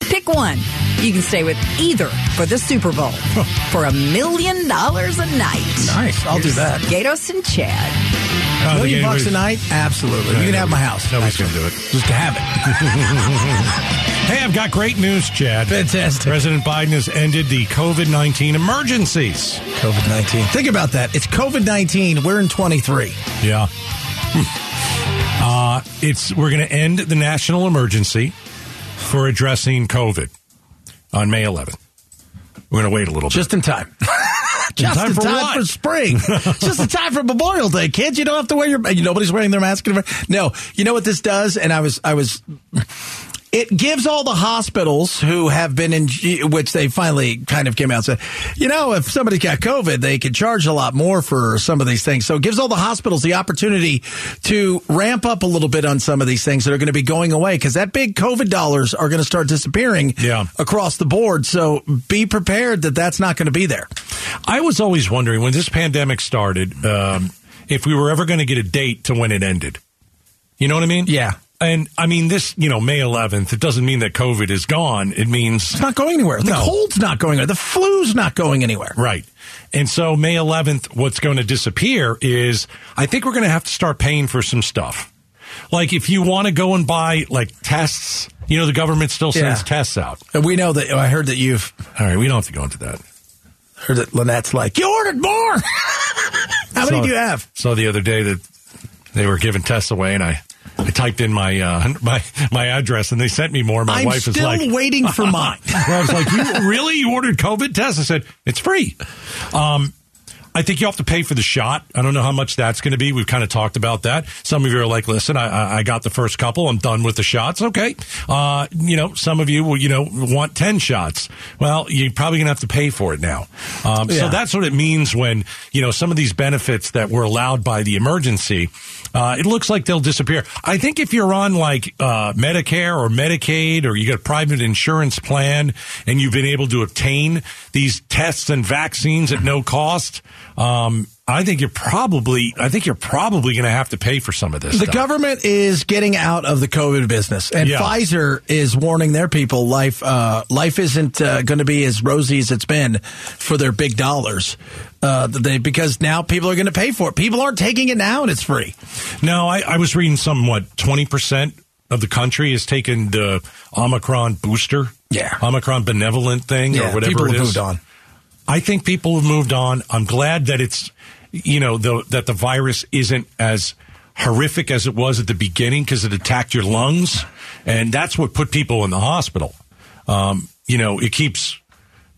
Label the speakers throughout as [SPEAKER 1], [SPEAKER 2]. [SPEAKER 1] Pick one. You can stay with either for the Super Bowl for a million dollars a night.
[SPEAKER 2] Nice. I'll do that.
[SPEAKER 1] Gatos and Chad.
[SPEAKER 2] A
[SPEAKER 3] I think
[SPEAKER 2] million bucks
[SPEAKER 3] anybody's-
[SPEAKER 2] a night? Absolutely. You can have my house.
[SPEAKER 3] Nobody's going to do it.
[SPEAKER 2] Just to have it.
[SPEAKER 3] Hey, I've got great news, Chad.
[SPEAKER 2] Fantastic.
[SPEAKER 3] President Biden has ended the COVID 19 emergencies.
[SPEAKER 2] COVID 19. Think about that. It's COVID 19. We're in 23.
[SPEAKER 3] Yeah. uh, it's we're going to end the national emergency for addressing COVID on May 11th. We're going to wait a little
[SPEAKER 2] Just in time. Just
[SPEAKER 3] time
[SPEAKER 2] in
[SPEAKER 3] for
[SPEAKER 2] time
[SPEAKER 3] what?
[SPEAKER 2] for spring. Just in time for Memorial Day, kids. You don't have to wear your. Nobody's wearing their mask. anymore. No, you know what this does? And I was, I was. It gives all the hospitals who have been in, which they finally kind of came out and said, you know, if somebody's got COVID, they could charge a lot more for some of these things. So it gives all the hospitals the opportunity to ramp up a little bit on some of these things that are going to be going away because that big COVID dollars are going to start disappearing
[SPEAKER 3] Yeah.
[SPEAKER 2] across the board. So be prepared that that's not going to be there.
[SPEAKER 3] I was always wondering when this pandemic started um, if we were ever going to get a date to when it ended. You know what I mean?
[SPEAKER 2] Yeah.
[SPEAKER 3] And I mean, this, you know, May 11th, it doesn't mean that COVID is gone. It means.
[SPEAKER 2] It's not going anywhere. The
[SPEAKER 3] No.
[SPEAKER 2] cold's not going anywhere. The flu's not going anywhere.
[SPEAKER 3] Right. And so May 11th, what's going to disappear is I think we're going to have to start paying for some stuff. Like if you want to go and buy like tests, you know, the government still sends
[SPEAKER 2] Yeah.
[SPEAKER 3] tests out.
[SPEAKER 2] And we know that. I heard that you've
[SPEAKER 3] All right. We don't have to go into that.
[SPEAKER 2] heard that Lynette's like, you ordered more. How many
[SPEAKER 3] Saw-
[SPEAKER 2] do you have?
[SPEAKER 3] Saw the other day that they were giving tests away, and I, I typed in my uh, my my address, and they sent me more. My
[SPEAKER 2] I'm
[SPEAKER 3] wife
[SPEAKER 2] still
[SPEAKER 3] is like,
[SPEAKER 2] waiting for mine.
[SPEAKER 3] I was like, you really? You ordered COVID tests? I said it's free. Um, I think you have to pay for the shot. I don't know how much that's going to be. We've kind of talked about that. Some of you are like, listen, I, I, I got the first couple. I'm done with the shots. Okay. Uh, you know, some of you will, you know, want 10 shots. Well, you're probably going to have to pay for it now. Um, So
[SPEAKER 2] Yeah.
[SPEAKER 3] that's what it means when, you know, some of these benefits that were allowed by the emergency, uh, it looks like they'll disappear. I think if you're on like, uh, Medicare or Medicaid or you got a private insurance plan and you've been able to obtain these tests and vaccines at no cost, um, I think you're probably, I think you're probably going to have to pay for some of this.
[SPEAKER 2] The
[SPEAKER 3] stuff.
[SPEAKER 2] government is getting out of the COVID business, and
[SPEAKER 3] Yeah.
[SPEAKER 2] Pfizer is warning their people life uh, life isn't uh, going to be as rosy as it's been for their big dollars. Uh, that they because now people are going to pay for it. People aren't taking it now, and it's free.
[SPEAKER 3] No, I, I was reading some what twenty percent of the country has taken the Omicron booster,
[SPEAKER 2] Yeah.
[SPEAKER 3] Omicron benevolent thing or whatever
[SPEAKER 2] people
[SPEAKER 3] it
[SPEAKER 2] have
[SPEAKER 3] is.
[SPEAKER 2] moved on.
[SPEAKER 3] I think people have moved on. I'm glad that it's you know the, that the virus isn't as horrific as it was at the beginning because it attacked your lungs, and that's what put people in the hospital. Um, you know, it keeps.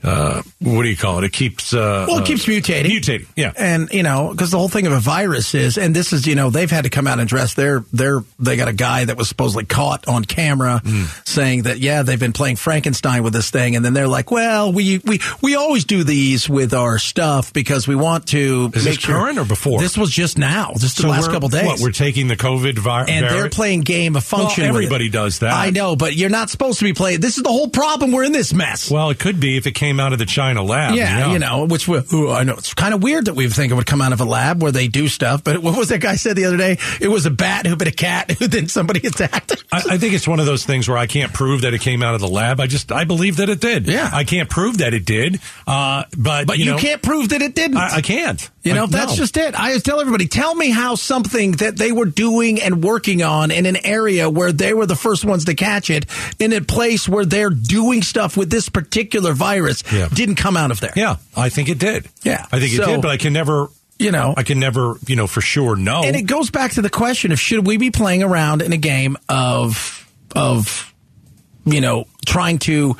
[SPEAKER 3] Uh, what do you call it? It keeps. Uh,
[SPEAKER 2] Well, it
[SPEAKER 3] uh,
[SPEAKER 2] keeps mutating.
[SPEAKER 3] Mutating, yeah.
[SPEAKER 2] And you know, because the whole thing of a virus is, and this is, you know, they've had to come out and address their their. They got a guy that was supposedly caught on camera
[SPEAKER 3] Hmm.
[SPEAKER 2] saying that, yeah, they've been playing Frankenstein with this thing, and then they're like, well, we we we always do these with our stuff because we want to.
[SPEAKER 3] Is this
[SPEAKER 2] make sure-
[SPEAKER 3] current or before?
[SPEAKER 2] This was just now, just the last
[SPEAKER 3] we're-
[SPEAKER 2] couple days.
[SPEAKER 3] uh, What we're taking the COVID virus,
[SPEAKER 2] and they're playing game of function.
[SPEAKER 3] Well,
[SPEAKER 2] with it.
[SPEAKER 3] everybody does that.
[SPEAKER 2] I know, but you're not supposed to be playing. This is the whole problem. We're in this mess.
[SPEAKER 3] Well, it could be if it came out of the China lab.
[SPEAKER 2] Yeah, you know, which we, ooh, I know it's kind of weird that we think it would come out of a lab where they do stuff. But what was that guy said the other day? It was a bat who bit a cat who then somebody attacked.
[SPEAKER 3] I, I think it's one of those things where I can't prove that it came out of the lab. I just I believe that it did.
[SPEAKER 2] Yeah.
[SPEAKER 3] I can't prove that it did. Uh, but
[SPEAKER 2] But you,
[SPEAKER 3] know,
[SPEAKER 2] can't prove that it didn't.
[SPEAKER 3] I, I can't.
[SPEAKER 2] you know,
[SPEAKER 3] Like,
[SPEAKER 2] that's
[SPEAKER 3] no.
[SPEAKER 2] just it. I just tell everybody, tell me how something that they were doing and working on in an area where they were the first ones to catch it, in a place where they're doing stuff with this particular virus,
[SPEAKER 3] Yeah.
[SPEAKER 2] didn't come out of there.
[SPEAKER 3] Yeah, I think it did.
[SPEAKER 2] Yeah.
[SPEAKER 3] I think it
[SPEAKER 2] So-
[SPEAKER 3] did. But I can never.
[SPEAKER 2] You know.
[SPEAKER 3] I can never. You know, for sure. No.
[SPEAKER 2] And it goes back to the question of should we be playing around in a game of of you know trying to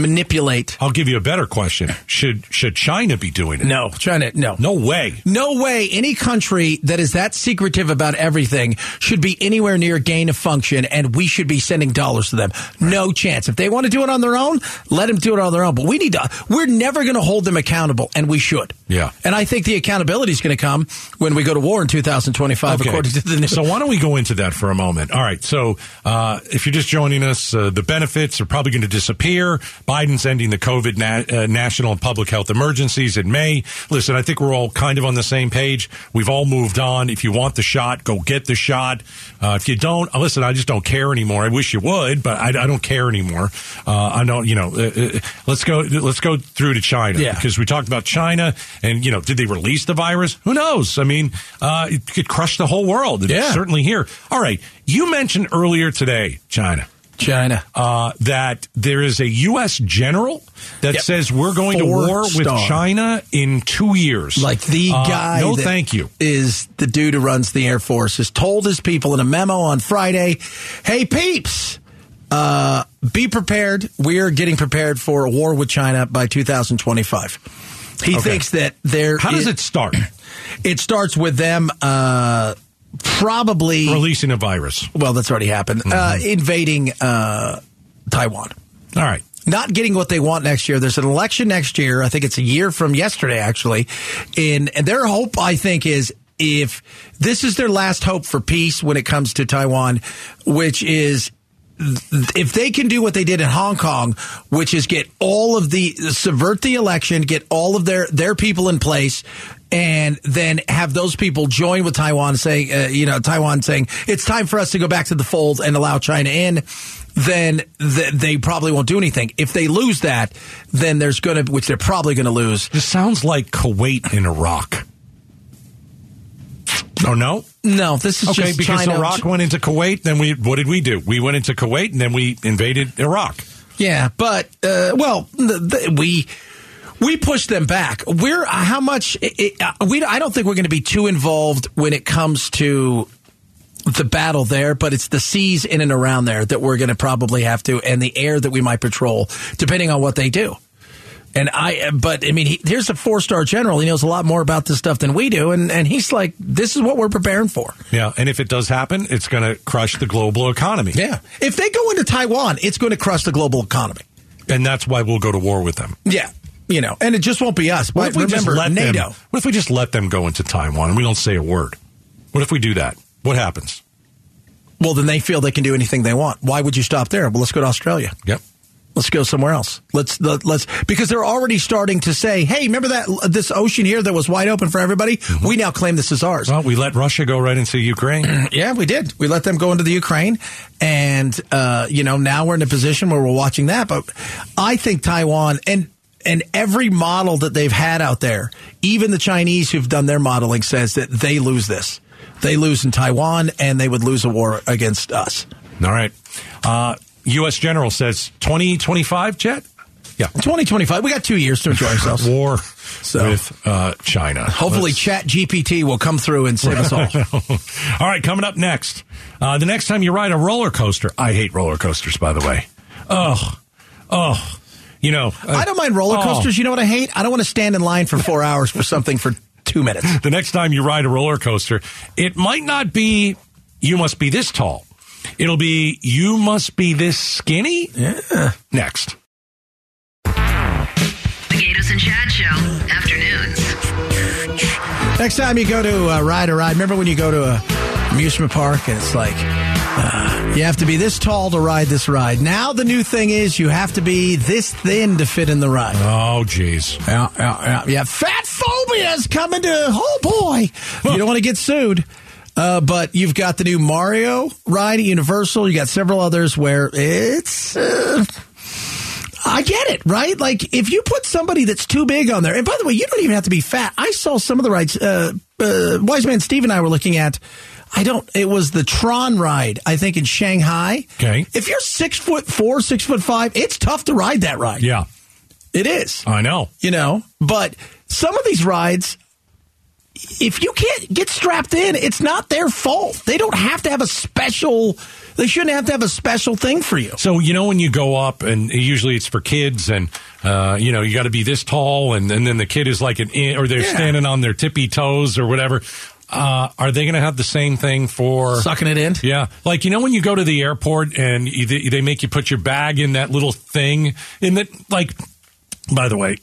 [SPEAKER 2] manipulate?
[SPEAKER 3] I'll give you a better question. Should should China be doing it?
[SPEAKER 2] No, trying to no
[SPEAKER 3] No way.
[SPEAKER 2] No way any country that is that secretive about everything should be anywhere near gain of function, and we should be sending dollars to them. No chance. If they want to do it on their own, let them do it on their own. But we need to, we're never going to hold them accountable, and we should.
[SPEAKER 3] Yeah.
[SPEAKER 2] And I think the accountability is going to come when we go to war in 2025, according to the new.
[SPEAKER 3] So why don't we go into that for a moment? All right. So uh, if you're just joining us, uh, the benefits. benefits are probably going to disappear. Biden's ending the COVID na- uh, national and public health emergencies in May. Listen, I think we're all kind of on the same page. We've all moved on. If you want the shot, go get the shot. Uh, if you don't, uh, listen, I just don't care anymore. I wish you would, but I, I don't care anymore. Uh, I don't, you know, uh, uh, let's go, let's go through to China
[SPEAKER 2] Yeah.
[SPEAKER 3] because we talked about China and, you know, did they release the virus? Who knows? I mean, uh, it could crush the whole world. And it's
[SPEAKER 2] Yeah.
[SPEAKER 3] certainly here. All right. You mentioned earlier today, China
[SPEAKER 2] China.
[SPEAKER 3] uh, that there is a U.S. general that
[SPEAKER 2] Yep.
[SPEAKER 3] says we're going
[SPEAKER 2] Four
[SPEAKER 3] to war
[SPEAKER 2] star.
[SPEAKER 3] with China in two years.
[SPEAKER 2] Like the
[SPEAKER 3] Uh,
[SPEAKER 2] guy.
[SPEAKER 3] No,
[SPEAKER 2] that
[SPEAKER 3] thank you.
[SPEAKER 2] Is the dude who runs the Air Force has told his people in a memo on Friday, "Hey peeps, uh, be prepared. We're getting prepared for a war with China by 2025." He thinks that there.
[SPEAKER 3] How does
[SPEAKER 2] i-
[SPEAKER 3] it start?
[SPEAKER 2] It starts with them uh, probably.
[SPEAKER 3] Releasing a virus.
[SPEAKER 2] Well, that's already happened.
[SPEAKER 3] Mm-hmm.
[SPEAKER 2] Uh, invading uh, Taiwan
[SPEAKER 3] All right.
[SPEAKER 2] not getting what they want next year. There's an election next year. I think it's a year from yesterday, actually. And, and their hope, I think, is if this is their last hope for peace when it comes to Taiwan, which is if they can do what they did in Hong Kong, which is get all of the subvert the election, get all of their their people in place, and then have those people join with Taiwan, saying uh, you know Taiwan saying it's time for us to go back to the fold and allow China in. Then th- they probably won't do anything. If they lose that, then there's going to, which they're probably going to lose.
[SPEAKER 3] This sounds like Kuwait and Iraq. Oh no!
[SPEAKER 2] No, this is
[SPEAKER 3] Okay,
[SPEAKER 2] just
[SPEAKER 3] because
[SPEAKER 2] China.
[SPEAKER 3] Iraq went into Kuwait. Then we what did we do? We went into Kuwait and then we invaded Iraq.
[SPEAKER 2] Yeah, but uh, well, th th we we push them back. We're uh, how much it, it, we I don't think we're going to be too involved when it comes to the battle there, but it's the seas in and around there that we're going to probably have to, and the air that we might patrol, depending on what they do. And I, uh, but I mean, he, here's a four star general. He knows a lot more about this stuff than we do, and and he's like, this is what we're preparing for.
[SPEAKER 3] Yeah, and if it does happen, it's going to crush the global economy.
[SPEAKER 2] if they go into Taiwan, it's going to crush the global economy.
[SPEAKER 3] and that's why we'll go to war with them.
[SPEAKER 2] Yeah. You know, and it just won't be us.
[SPEAKER 3] What if we
[SPEAKER 2] remember,
[SPEAKER 3] just let
[SPEAKER 2] NATO.
[SPEAKER 3] Them, what if we just let them go into Taiwan and we don't say a word? What if we do that? What happens?
[SPEAKER 2] Well, then they feel they can do anything they want. Why would you stop there? Well, let's go to Australia.
[SPEAKER 3] Yep.
[SPEAKER 2] Let's go somewhere else. Let's let, let's because they're already starting to say, "Hey, remember that this ocean here that was wide open for everybody?
[SPEAKER 3] Mm-hmm.
[SPEAKER 2] We now claim this is ours."
[SPEAKER 3] Well, we let Russia go right into Ukraine.
[SPEAKER 2] Yeah, we did. We let them go into the Ukraine, and uh, you know now we're in a position where we're watching that. But I think Taiwan and and every model that they've had out there, even the Chinese who've done their modeling, says that they lose this. They lose in Taiwan, and they would lose a war against us.
[SPEAKER 3] All right. Uh, U.S. General says 2025, Jet? Yeah.
[SPEAKER 2] Twenty twenty five. We got two years to enjoy ourselves.
[SPEAKER 3] War
[SPEAKER 2] So-
[SPEAKER 3] with uh, China.
[SPEAKER 2] Hopefully, Chat GPT will come through and save us all.
[SPEAKER 3] All right, coming up next. Uh, the next time you ride a roller coaster, I hate roller coasters, by the way. Oh, oh, you know. uh,
[SPEAKER 2] I don't mind roller
[SPEAKER 3] oh.
[SPEAKER 2] coasters. You know what I hate? I don't want to stand in line for four hours for something for two minutes.
[SPEAKER 3] the next time you ride a roller coaster, it might not be you must be this tall. It'll be you must be this skinny. Next.
[SPEAKER 4] The Gatos and Chad Show, afternoons.
[SPEAKER 2] Next time you go to uh, ride a ride, remember when you go to a amusement park and it's like uh, you have to be this tall to ride this ride. Now the new thing is you have to be this thin to fit in the ride.
[SPEAKER 3] Oh, geez.
[SPEAKER 2] Yeah, yeah, yeah, Uh, yeah. Fat phobia's coming to oh boy. You don't want to get sued. Uh, but you've got the new Mario ride at Universal. You got several others where it's. Uh, I get it, right? Like if you put somebody that's too big on there, and by the way, you don't even have to be fat. I saw some of the rides. Uh, uh, Wise man Steve and I were looking at. I don't. It was the Tron ride, I think, in Shanghai.
[SPEAKER 3] Okay.
[SPEAKER 2] If you're six foot four, six foot five, it's tough to ride that ride.
[SPEAKER 3] Yeah,
[SPEAKER 2] It is
[SPEAKER 3] I know.
[SPEAKER 2] you know. But some of these rides, if you can't get strapped in, it's not their fault. They don't have to have a special. They shouldn't have to have a special thing for you.
[SPEAKER 3] So you know when you go up, and usually it's for kids, and uh, you know you got to be this tall, and, and then the kid is like an in, or they're
[SPEAKER 2] Yeah.
[SPEAKER 3] standing on their tippy toes or whatever. Uh, are they going to have the same thing for
[SPEAKER 2] Sucking it in.
[SPEAKER 3] Yeah, like you know when you go to the airport and you, they they make you put your bag in that little thing in that like By the way,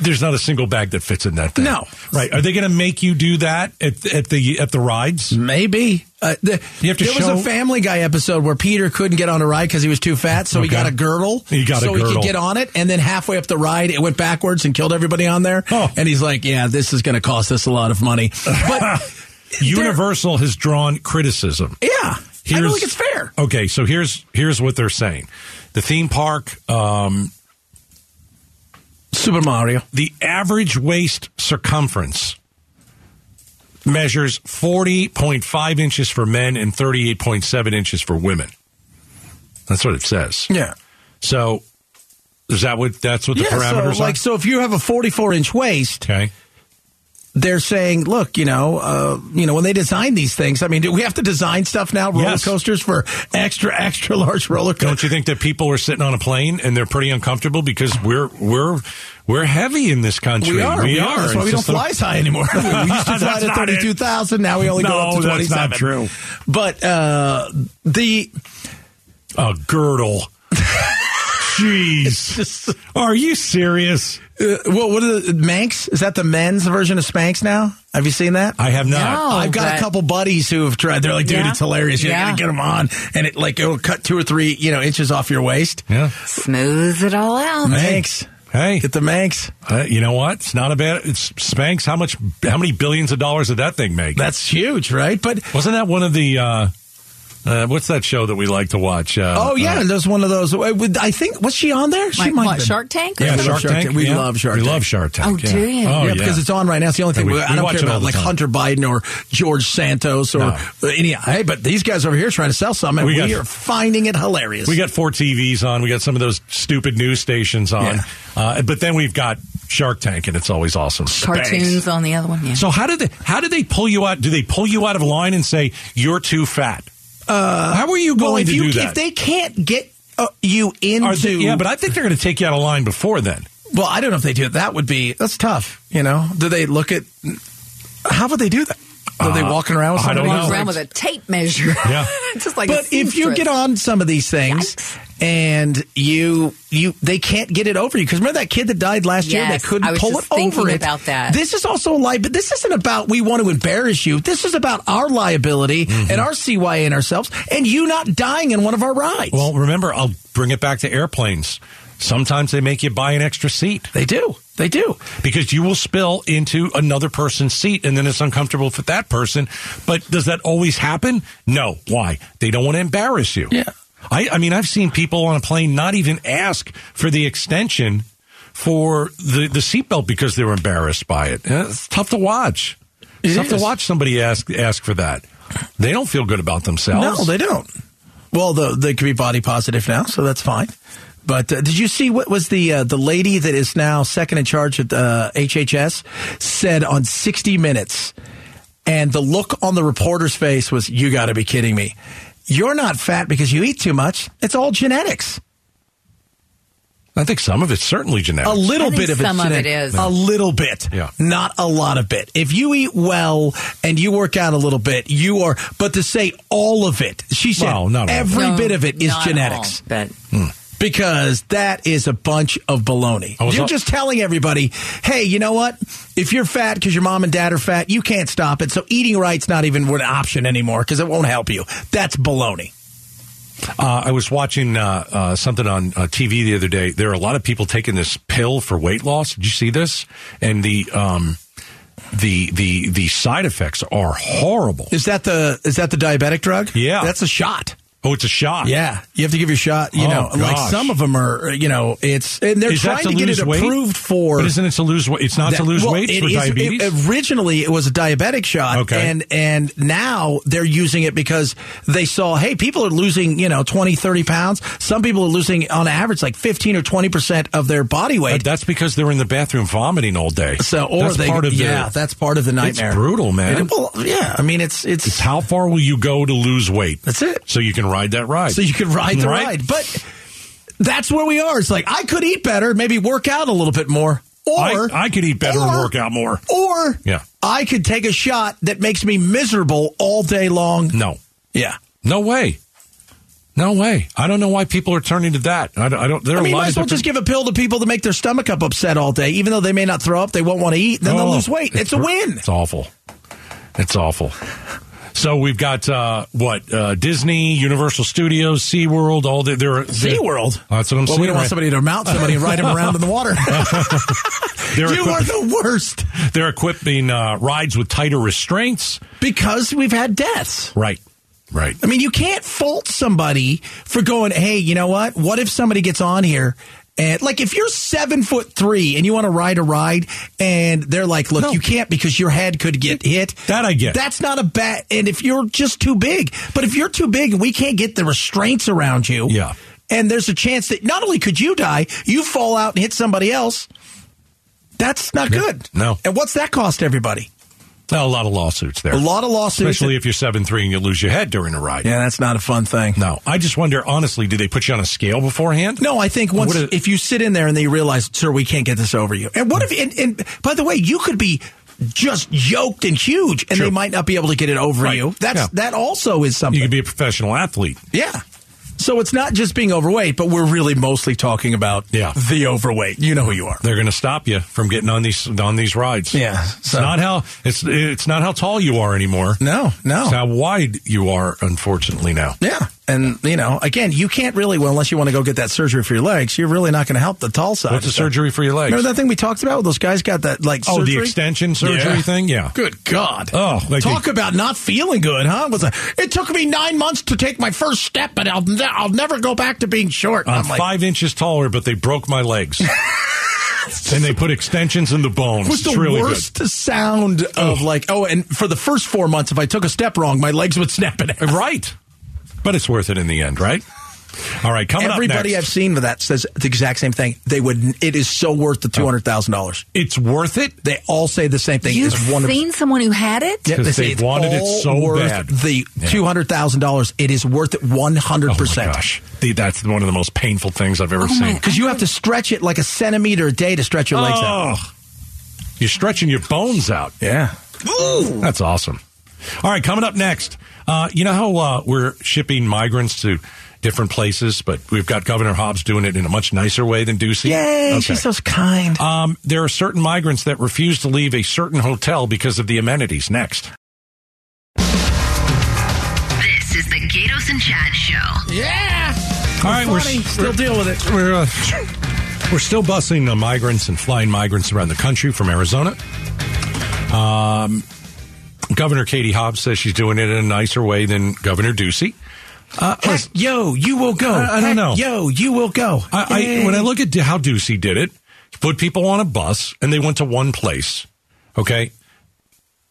[SPEAKER 3] there's not a single bag that fits in that thing.
[SPEAKER 2] No.
[SPEAKER 3] right? Are they going to make you do that at, at the at the rides?
[SPEAKER 2] Maybe. Uh, the,
[SPEAKER 3] You have to
[SPEAKER 2] there
[SPEAKER 3] show-
[SPEAKER 2] was a Family Guy episode where Peter couldn't get on a ride because he was too fat, so he
[SPEAKER 3] Okay.
[SPEAKER 2] got a girdle.
[SPEAKER 3] He got a
[SPEAKER 2] so he
[SPEAKER 3] girdle.
[SPEAKER 2] could get on it, and then halfway up the ride, it went backwards and killed everybody on there.
[SPEAKER 3] Oh.
[SPEAKER 2] And he's like, "Yeah, this is going to cost us a lot of money." But
[SPEAKER 3] Universal has drawn criticism.
[SPEAKER 2] yeah, I don't think it's fair.
[SPEAKER 3] Okay, so here's here's what they're saying: the theme park, um,
[SPEAKER 2] Super Mario.
[SPEAKER 3] the average waist circumference measures forty point five inches for men and thirty eight point seven inches for women. That's what it says.
[SPEAKER 2] Yeah.
[SPEAKER 3] So is that what that's what the
[SPEAKER 2] yeah,
[SPEAKER 3] parameters
[SPEAKER 2] so,
[SPEAKER 3] are?
[SPEAKER 2] like so if you have a 44 inch waist
[SPEAKER 3] okay.
[SPEAKER 2] they're saying look you know uh, you know when they design these things i mean do we have to design stuff now roller
[SPEAKER 3] Yes.
[SPEAKER 2] coasters for extra extra large roller coasters
[SPEAKER 3] Don't you think that people are sitting on a plane and they're pretty uncomfortable because we're we're we're heavy in this country.
[SPEAKER 2] we are,
[SPEAKER 3] We, are.
[SPEAKER 2] That's why
[SPEAKER 3] It's
[SPEAKER 2] we don't
[SPEAKER 3] just a-
[SPEAKER 2] fly as high anymore. we used to fly
[SPEAKER 3] That's
[SPEAKER 2] to
[SPEAKER 3] not it.
[SPEAKER 2] thirty-two thousand. Now we only go
[SPEAKER 3] No,
[SPEAKER 2] up to
[SPEAKER 3] that's
[SPEAKER 2] twenty-seven.
[SPEAKER 3] not true.
[SPEAKER 2] But uh, the
[SPEAKER 3] a girdle. Jeez, are you serious?
[SPEAKER 2] uh, well, what are the Manx? Is that the men's version of Spanx now? Have you seen that?
[SPEAKER 3] I have not.
[SPEAKER 1] No.
[SPEAKER 2] I've got
[SPEAKER 1] but-
[SPEAKER 2] a couple buddies who have tried. They're like, dude,
[SPEAKER 1] Oh, Yeah.
[SPEAKER 2] it's hilarious. You
[SPEAKER 1] Yeah.
[SPEAKER 2] gotta get them on, and it like it'll cut two or three you know inches off your waist.
[SPEAKER 3] Yeah.
[SPEAKER 1] Smooth it all out.
[SPEAKER 2] Manx,
[SPEAKER 3] Hey,
[SPEAKER 2] get the Manx.
[SPEAKER 3] uh, you know what? It's not a bad. It's Spanx. How much? How many billions of dollars did that thing make?
[SPEAKER 2] That's huge, right? But
[SPEAKER 3] Wasn't that one of the? Uh, uh, what's that show that we like to watch? Uh,
[SPEAKER 2] oh yeah,
[SPEAKER 3] uh,
[SPEAKER 2] there's one of those. I would- I think was she on there? She
[SPEAKER 1] Like,
[SPEAKER 2] might have
[SPEAKER 1] what,
[SPEAKER 2] been.
[SPEAKER 1] Shark Tank?
[SPEAKER 2] we
[SPEAKER 3] yeah,
[SPEAKER 2] love
[SPEAKER 3] Shark
[SPEAKER 2] Shark
[SPEAKER 3] Tank.
[SPEAKER 2] Tank. We
[SPEAKER 3] yeah.
[SPEAKER 2] love Shark
[SPEAKER 3] We
[SPEAKER 2] Tank.
[SPEAKER 3] love Shark Tank.
[SPEAKER 1] Oh,
[SPEAKER 3] yeah.
[SPEAKER 1] do you?
[SPEAKER 3] Oh,
[SPEAKER 2] yeah, because it's on right now. It's the only thing
[SPEAKER 3] We-
[SPEAKER 2] we,
[SPEAKER 3] we
[SPEAKER 2] I don't
[SPEAKER 3] watch
[SPEAKER 2] care
[SPEAKER 3] it all
[SPEAKER 2] about,
[SPEAKER 3] the
[SPEAKER 2] like
[SPEAKER 3] time.
[SPEAKER 2] Hunter Biden or George Santos or
[SPEAKER 3] No.
[SPEAKER 2] any. Hey, but these guys over here trying to sell something, and
[SPEAKER 3] We
[SPEAKER 2] we,
[SPEAKER 3] got-
[SPEAKER 2] are finding it hilarious.
[SPEAKER 3] We got four TVs on. We got some of those stupid news stations on.
[SPEAKER 2] Yeah.
[SPEAKER 3] Uh, but then we've got Shark Tank, and it's always awesome.
[SPEAKER 1] Cartoons on the other one. Yeah.
[SPEAKER 3] So how did they how did they pull you out? Do they pull you out of line and say you're too fat? Uh, how are you going
[SPEAKER 2] well, if
[SPEAKER 3] to
[SPEAKER 2] you
[SPEAKER 3] do that?
[SPEAKER 2] if they can't get uh, you
[SPEAKER 3] Are
[SPEAKER 2] into,
[SPEAKER 3] they- yeah, but I think they're going to take you out of line before then.
[SPEAKER 2] well, I don't know if they do it. That would be that's tough. You know, do they look at how would they do that? Are they walking around? With
[SPEAKER 3] Uh, I don't
[SPEAKER 2] somebody?
[SPEAKER 3] know.
[SPEAKER 1] Walks around with a tape measure.
[SPEAKER 3] Yeah.
[SPEAKER 1] Just like a
[SPEAKER 2] but if you
[SPEAKER 1] seamstress.
[SPEAKER 2] get on some of these things
[SPEAKER 1] Yikes.
[SPEAKER 2] and you you they can't get it over you because remember that kid that died last year
[SPEAKER 1] Yes,
[SPEAKER 2] that couldn't
[SPEAKER 1] I was
[SPEAKER 2] pull
[SPEAKER 1] just
[SPEAKER 2] it
[SPEAKER 1] thinking
[SPEAKER 2] over it
[SPEAKER 1] about that.
[SPEAKER 2] this is also a lie but this isn't about we want to embarrass you this is about our liability and our CYA and ourselves and you not dying in one of our rides
[SPEAKER 3] Well, remember, I'll bring it back to airplanes. Sometimes they make you buy an extra seat
[SPEAKER 2] they do they do
[SPEAKER 3] because you will spill into another person's seat and then it's uncomfortable for that person. But does that always happen? No. Why? They don't want to embarrass you.
[SPEAKER 2] Yeah.
[SPEAKER 3] I, I mean, I've seen people on a plane not even ask for the extension for the, the seatbelt because they were embarrassed by it. Yeah, It's tough to watch. It's
[SPEAKER 2] It
[SPEAKER 3] tough to
[SPEAKER 2] is.
[SPEAKER 3] watch somebody ask ask for that. They don't feel good about themselves.
[SPEAKER 2] no they don't well though they could be body positive now so that's fine but uh, did you see what was the uh, the lady that is now second in charge at uh, HHS said on 60 Minutes And the look on the reporter's face was, you got to be kidding me. You're not fat because you eat too much. It's all genetics.
[SPEAKER 3] I think some of it's certainly genetic.
[SPEAKER 2] A little
[SPEAKER 1] I think
[SPEAKER 2] bit of it's
[SPEAKER 1] some of it
[SPEAKER 2] genetic.
[SPEAKER 1] is.
[SPEAKER 2] A little bit.
[SPEAKER 3] Yeah.
[SPEAKER 2] Not a lot of it. If you eat well and you work out a little bit, you are, but to say all of it, she said
[SPEAKER 3] Well, not all.
[SPEAKER 2] every
[SPEAKER 1] No,
[SPEAKER 2] bit of it is
[SPEAKER 1] not
[SPEAKER 2] genetics.
[SPEAKER 1] all, but
[SPEAKER 2] because that is a bunch of baloney.
[SPEAKER 3] I was
[SPEAKER 2] You're
[SPEAKER 3] al-
[SPEAKER 2] just telling everybody, hey, you know what? If you're fat because your mom and dad are fat, you can't stop it. So eating right's not even an option anymore because it won't help you. That's baloney.
[SPEAKER 3] Uh, I was watching uh, uh, something on uh, TV the other day. There are a lot of people taking this pill for weight loss. Did you see this? And the um, the the the side effects are horrible.
[SPEAKER 2] Is that the is that the diabetic drug?
[SPEAKER 3] Yeah.
[SPEAKER 2] that's a shot.
[SPEAKER 3] Oh, it's a shock.
[SPEAKER 2] Yeah, you have to give your shot. You
[SPEAKER 3] Oh,
[SPEAKER 2] know, like
[SPEAKER 3] gosh.
[SPEAKER 2] some of them are. You know, it's and they're
[SPEAKER 3] Is that
[SPEAKER 2] trying to, get
[SPEAKER 3] lose
[SPEAKER 2] it
[SPEAKER 3] weight?
[SPEAKER 2] approved for.
[SPEAKER 3] But isn't it to lose weight? It's not to
[SPEAKER 2] That-
[SPEAKER 3] lose
[SPEAKER 2] well,
[SPEAKER 3] weight
[SPEAKER 2] it
[SPEAKER 3] for
[SPEAKER 2] is- it-
[SPEAKER 3] diabetes. Uh,
[SPEAKER 2] originally, it was a diabetic shot,
[SPEAKER 3] Okay.
[SPEAKER 2] and and now they're using it because they saw, hey, people are losing, you know, 20, 30 pounds. Some people are losing, on average, like fifteen or twenty percent of their body
[SPEAKER 3] Uh,
[SPEAKER 2] weight.
[SPEAKER 3] that's because they're in the bathroom vomiting all day.
[SPEAKER 2] so, or
[SPEAKER 3] that's
[SPEAKER 2] they,
[SPEAKER 3] part of
[SPEAKER 2] yeah,
[SPEAKER 3] their-
[SPEAKER 2] that's part of the nightmare.
[SPEAKER 3] brutal, man.
[SPEAKER 2] And it- well, yeah, I mean, it's it's,
[SPEAKER 3] It's how far will you go to lose weight?
[SPEAKER 2] That's it.
[SPEAKER 3] So you can ride that ride.
[SPEAKER 2] so you can ride the
[SPEAKER 3] Right?
[SPEAKER 2] ride, but that's where we are. It's like I could eat better, maybe work out a little bit more, or
[SPEAKER 3] I, I could eat better and
[SPEAKER 2] or-
[SPEAKER 3] work out more.
[SPEAKER 2] or
[SPEAKER 3] Yeah.
[SPEAKER 2] I could take a shot that makes me miserable all day long.
[SPEAKER 3] No,
[SPEAKER 2] Yeah.
[SPEAKER 3] no way. No way. I don't know why people are turning to that. I don't. I don't there are
[SPEAKER 2] I mean,
[SPEAKER 3] a
[SPEAKER 2] you
[SPEAKER 3] lot
[SPEAKER 2] might
[SPEAKER 3] of
[SPEAKER 2] as well
[SPEAKER 3] different-
[SPEAKER 2] just give a pill to people to make their stomach up upset all day, even though they may not throw up, they won't want to eat, then they'll
[SPEAKER 3] Oh,
[SPEAKER 2] lose weight. It's, a
[SPEAKER 3] hor-
[SPEAKER 2] win.
[SPEAKER 3] It's awful. It's awful. So we've got uh, what uh, Disney, Universal Studios, SeaWorld, all the there are there-
[SPEAKER 2] SeaWorld.
[SPEAKER 3] That's what I'm
[SPEAKER 2] well,
[SPEAKER 3] saying.
[SPEAKER 2] we don't want
[SPEAKER 3] right?
[SPEAKER 2] somebody to mount somebody and ride them around in the water.
[SPEAKER 3] They're,
[SPEAKER 2] you are
[SPEAKER 3] equip-
[SPEAKER 2] the worst
[SPEAKER 3] they're equipping uh, rides with tighter restraints.
[SPEAKER 2] because we've had deaths.
[SPEAKER 3] Right. Right.
[SPEAKER 2] I mean, you can't fault somebody for going, hey, you know what? What if somebody gets on here? And like, if you're seven foot three and you want to ride a ride, and they're like, "Look,
[SPEAKER 3] No.
[SPEAKER 2] you can't because your head could get hit."
[SPEAKER 3] That I get.
[SPEAKER 2] That's not a bad. And if you're just too big, but if you're too big and we can't get the restraints around you,
[SPEAKER 3] Yeah.
[SPEAKER 2] And there's a chance that not only could you die, you fall out and hit somebody else. That's not good.
[SPEAKER 3] No.
[SPEAKER 2] And what's that cost everybody?
[SPEAKER 3] A lot of lawsuits there.
[SPEAKER 2] A lot of lawsuits.
[SPEAKER 3] Especially if you're seven three and you lose your head during a ride.
[SPEAKER 2] yeah, that's not a fun thing.
[SPEAKER 3] No, I just wonder honestly, do they put you on a scale beforehand?
[SPEAKER 2] No, I think once
[SPEAKER 3] What is-
[SPEAKER 2] if you sit in there and they realize, sir, we can't get this over you. And what if? And, and by the way, you could be just yoked and huge, and
[SPEAKER 3] Sure.
[SPEAKER 2] they might not be able to get it over
[SPEAKER 3] Right.
[SPEAKER 2] you. That's
[SPEAKER 3] Yeah.
[SPEAKER 2] that also is something.
[SPEAKER 3] You could be a professional athlete.
[SPEAKER 2] yeah. So it's not just being overweight, but we're really mostly talking about
[SPEAKER 3] Yeah.
[SPEAKER 2] the overweight. You know who you are.
[SPEAKER 3] They're going to stop you from getting on these on these rides.
[SPEAKER 2] Yeah,
[SPEAKER 3] it's
[SPEAKER 2] so-
[SPEAKER 3] not how it's it's not how tall you are anymore.
[SPEAKER 2] No, no.
[SPEAKER 3] It's how wide you are, unfortunately. Now,
[SPEAKER 2] yeah. And, you know, again, you can't really, well, unless you want to go get that surgery for your legs, you're really not going to help the tall side.
[SPEAKER 3] what's the
[SPEAKER 2] of stuff.
[SPEAKER 3] surgery for your legs?
[SPEAKER 2] Remember that thing we talked about? Those guys got that, like,
[SPEAKER 3] oh, the
[SPEAKER 2] surgery?
[SPEAKER 3] extension surgery
[SPEAKER 2] Yeah.
[SPEAKER 3] thing. Yeah,
[SPEAKER 2] Good God.
[SPEAKER 3] Oh, like
[SPEAKER 2] talk
[SPEAKER 3] the-
[SPEAKER 2] about not feeling good, huh? Was a, it took me nine months to take my first step, and I'll, ne- I'll never go back to being short.
[SPEAKER 3] I'm
[SPEAKER 2] I'm like,
[SPEAKER 3] Uh, five inches taller, but they broke my legs, and they put extensions in the bones.
[SPEAKER 2] it was
[SPEAKER 3] it's
[SPEAKER 2] the
[SPEAKER 3] really
[SPEAKER 2] worst sound of like, oh, and for the first four months, if I took a step wrong, my legs would snap in half.
[SPEAKER 3] good. Right, but it's worth it in the end, right? All right, coming up
[SPEAKER 2] Everybody
[SPEAKER 3] next,
[SPEAKER 2] I've seen with that says the exact same thing. They would. It is so worth the
[SPEAKER 3] Oh.
[SPEAKER 2] two hundred thousand dollars.
[SPEAKER 3] it's worth it.
[SPEAKER 2] They all say the same thing.
[SPEAKER 1] You've
[SPEAKER 2] it's wonderful.
[SPEAKER 1] seen someone who had it?
[SPEAKER 2] Yeah,
[SPEAKER 3] 'Cause
[SPEAKER 2] say
[SPEAKER 3] they
[SPEAKER 2] it's
[SPEAKER 3] wanted it
[SPEAKER 2] all
[SPEAKER 3] so
[SPEAKER 2] worth
[SPEAKER 3] bad.
[SPEAKER 2] The two hundred thousand dollars. It is worth it one hundred
[SPEAKER 3] Oh my
[SPEAKER 2] percent.
[SPEAKER 3] gosh, The- that's one of the most painful things I've ever
[SPEAKER 1] Oh
[SPEAKER 3] seen.
[SPEAKER 1] my-
[SPEAKER 2] Because you have to stretch it like a centimeter a day to stretch your legs out.
[SPEAKER 3] Oh, you're stretching your bones out.
[SPEAKER 2] Yeah.
[SPEAKER 3] That's awesome. All right, coming up next, uh, you know how uh, we're shipping migrants to different places, but we've got Governor Hobbs doing it in a much nicer way than Ducey.
[SPEAKER 2] Yay,
[SPEAKER 3] Okay.
[SPEAKER 2] she's so kind.
[SPEAKER 3] um, there are certain migrants that refuse to leave a certain hotel because of the amenities. Next.
[SPEAKER 4] This is the Gatos and Chad Show.
[SPEAKER 2] yeah.
[SPEAKER 3] All right, we're,
[SPEAKER 2] Funny. Still
[SPEAKER 3] we're-
[SPEAKER 2] deal with it.
[SPEAKER 3] We're uh, we're still busing uh, migrants and flying migrants around the country from Arizona. Um, Governor Katie Hobbs says she's doing it in a nicer way than Governor Ducey. Uh,
[SPEAKER 2] Heck, yo, you will go.
[SPEAKER 3] I- I don't
[SPEAKER 2] Heck,
[SPEAKER 3] know.
[SPEAKER 2] Yo, you will go.
[SPEAKER 3] I, I
[SPEAKER 2] Yay.
[SPEAKER 3] when I look at how Ducey did it, he put people on a bus and they went to one place. Okay,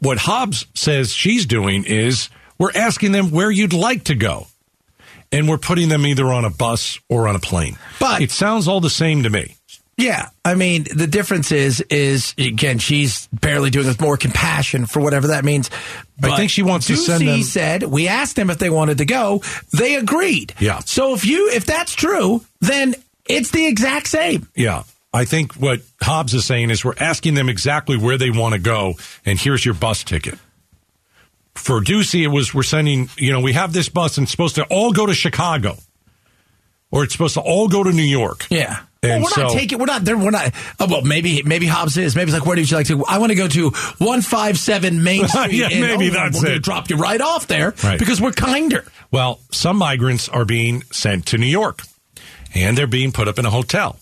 [SPEAKER 3] what Hobbs says she's doing is we're asking them where you'd like to go, and we're putting them either on a bus or on a plane.
[SPEAKER 2] But-
[SPEAKER 3] it sounds all the same to me.
[SPEAKER 2] yeah, I mean, the difference is, is again, she's barely doing with more compassion for whatever that means. But
[SPEAKER 3] think she wants to send
[SPEAKER 2] Ducey
[SPEAKER 3] them-
[SPEAKER 2] said we asked them if they wanted to go. They agreed.
[SPEAKER 3] Yeah.
[SPEAKER 2] So if you if that's true, then it's the exact same.
[SPEAKER 3] Yeah. I think what Hobbs is saying is we're asking them exactly where they want to go, and here's your bus ticket. For Ducey, it was we're sending, you know, we have this bus and it's supposed to all go to Chicago, or it's supposed to all go to New York.
[SPEAKER 2] Yeah.
[SPEAKER 3] And
[SPEAKER 2] well, we're not
[SPEAKER 3] so-
[SPEAKER 2] taking. We're not. There, we're not. Oh, well, maybe maybe Hobbs is. Maybe it's like, where do you like to? I want to go to one five seven Main Street.
[SPEAKER 3] Yeah,
[SPEAKER 2] in
[SPEAKER 3] maybe
[SPEAKER 2] Oakland.
[SPEAKER 3] that's
[SPEAKER 2] we're gonna
[SPEAKER 3] it.
[SPEAKER 2] Drop you right off there
[SPEAKER 3] Right.
[SPEAKER 2] because we're kinder.
[SPEAKER 3] Well, some migrants are being sent to New York, and they're being put up in a hotel,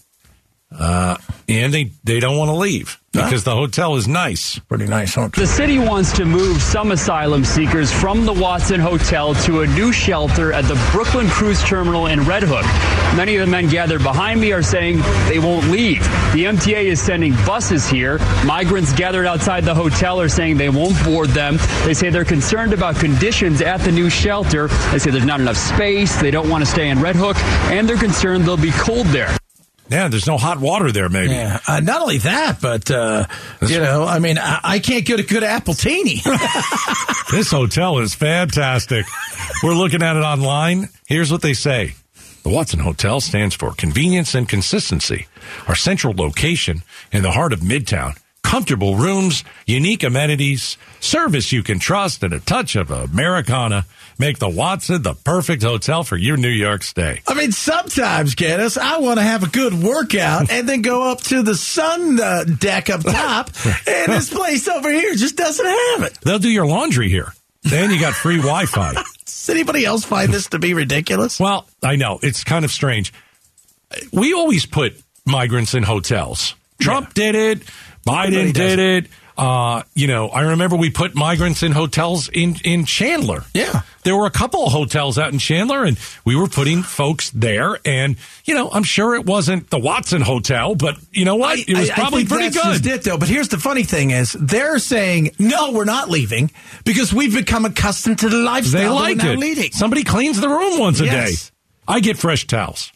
[SPEAKER 3] uh, and they they don't want to leave because the hotel is nice.
[SPEAKER 2] Pretty nice, aren't
[SPEAKER 5] The city wants to move some asylum seekers from the Watson Hotel to a new shelter at the Brooklyn Cruise Terminal in Red Hook. Many of the men gathered behind me are saying they won't leave. The MTA is sending buses here. Migrants gathered outside the hotel are saying they won't board them. They say they're concerned about conditions at the new shelter. They say there's not enough space, they don't want to stay in Red Hook, and they're concerned they'll be cold there.
[SPEAKER 3] Yeah, there's no hot water there. Maybe
[SPEAKER 2] Yeah. Uh, not only that, but uh, you know, I mean, I, I can't get a good apple teeny.
[SPEAKER 3] This hotel is fantastic. We're looking at it online. Here's what they say. The Watson Hotel stands for convenience and consistency. Our central location in the heart of Midtown comfortable rooms, unique amenities, service you can trust, and a touch of Americana make the Watson the perfect hotel for your New York stay.
[SPEAKER 2] I mean, sometimes, Candace, I want to have a good workout and then go up to the sun uh, deck up top, and this place over here just doesn't have it.
[SPEAKER 3] They'll do your laundry here. Then you got free Wi Fi.
[SPEAKER 2] Does anybody else find this to be ridiculous?
[SPEAKER 3] Well, I know. It's kind of strange. We always put migrants in hotels. Trump did it. Biden
[SPEAKER 2] Everybody does
[SPEAKER 3] did it. Uh, you know, I remember we put migrants in hotels in, in Chandler.
[SPEAKER 2] Yeah.
[SPEAKER 3] There were a couple of hotels out in Chandler, and we were putting folks there. And, you know, I'm sure it wasn't the Watson Hotel, but you know what? It was
[SPEAKER 2] I- I
[SPEAKER 3] probably
[SPEAKER 2] think
[SPEAKER 3] pretty
[SPEAKER 2] that's
[SPEAKER 3] good.
[SPEAKER 2] just it, though. But here's the funny thing: is they're saying no, we're not leaving because we've become accustomed to the lifestyle
[SPEAKER 3] They
[SPEAKER 2] that
[SPEAKER 3] like
[SPEAKER 2] we're now
[SPEAKER 3] it.
[SPEAKER 2] leading.
[SPEAKER 3] Somebody cleans the room once a
[SPEAKER 2] Yes.
[SPEAKER 3] day. I get fresh towels.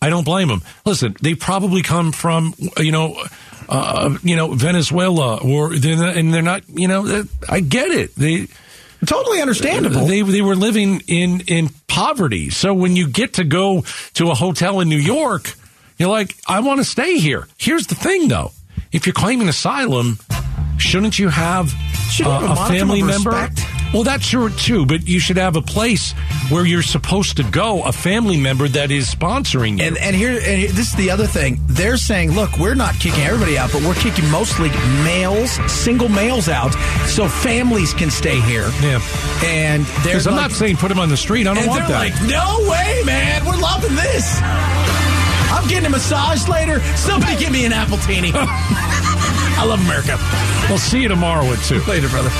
[SPEAKER 3] I don't blame them. Listen, they probably come from you know, uh, you know Venezuela, or they're not, and they're not. You know, that- I get it. They
[SPEAKER 2] totally understandable.
[SPEAKER 3] they they were living in in poverty. So when you get to go to a hotel in New York, you're like, I want to stay here. Here's the thing, though. If you're claiming asylum, shouldn't you have
[SPEAKER 2] Should you
[SPEAKER 3] uh,
[SPEAKER 2] have a
[SPEAKER 3] a
[SPEAKER 2] modicum
[SPEAKER 3] family
[SPEAKER 2] of
[SPEAKER 3] member?
[SPEAKER 2] respect?
[SPEAKER 3] Well, that's sure too, but you should have a place where you're supposed to go, a family member that is sponsoring you.
[SPEAKER 2] and and here and here- this is the other thing: they're saying, look, we're not kicking everybody out, but we're kicking mostly males, single males out, so families can stay here.
[SPEAKER 3] Yeah.
[SPEAKER 2] and they're
[SPEAKER 3] Because I'm
[SPEAKER 2] like-
[SPEAKER 3] not saying put them on the street. I don't
[SPEAKER 2] And
[SPEAKER 3] want
[SPEAKER 2] they're
[SPEAKER 3] that.
[SPEAKER 2] like, no way, man. We're loving this. I'm getting a massage later. Somebody give me an apple teeny. I love America.
[SPEAKER 3] we'll see you tomorrow at two.
[SPEAKER 2] Later, brother.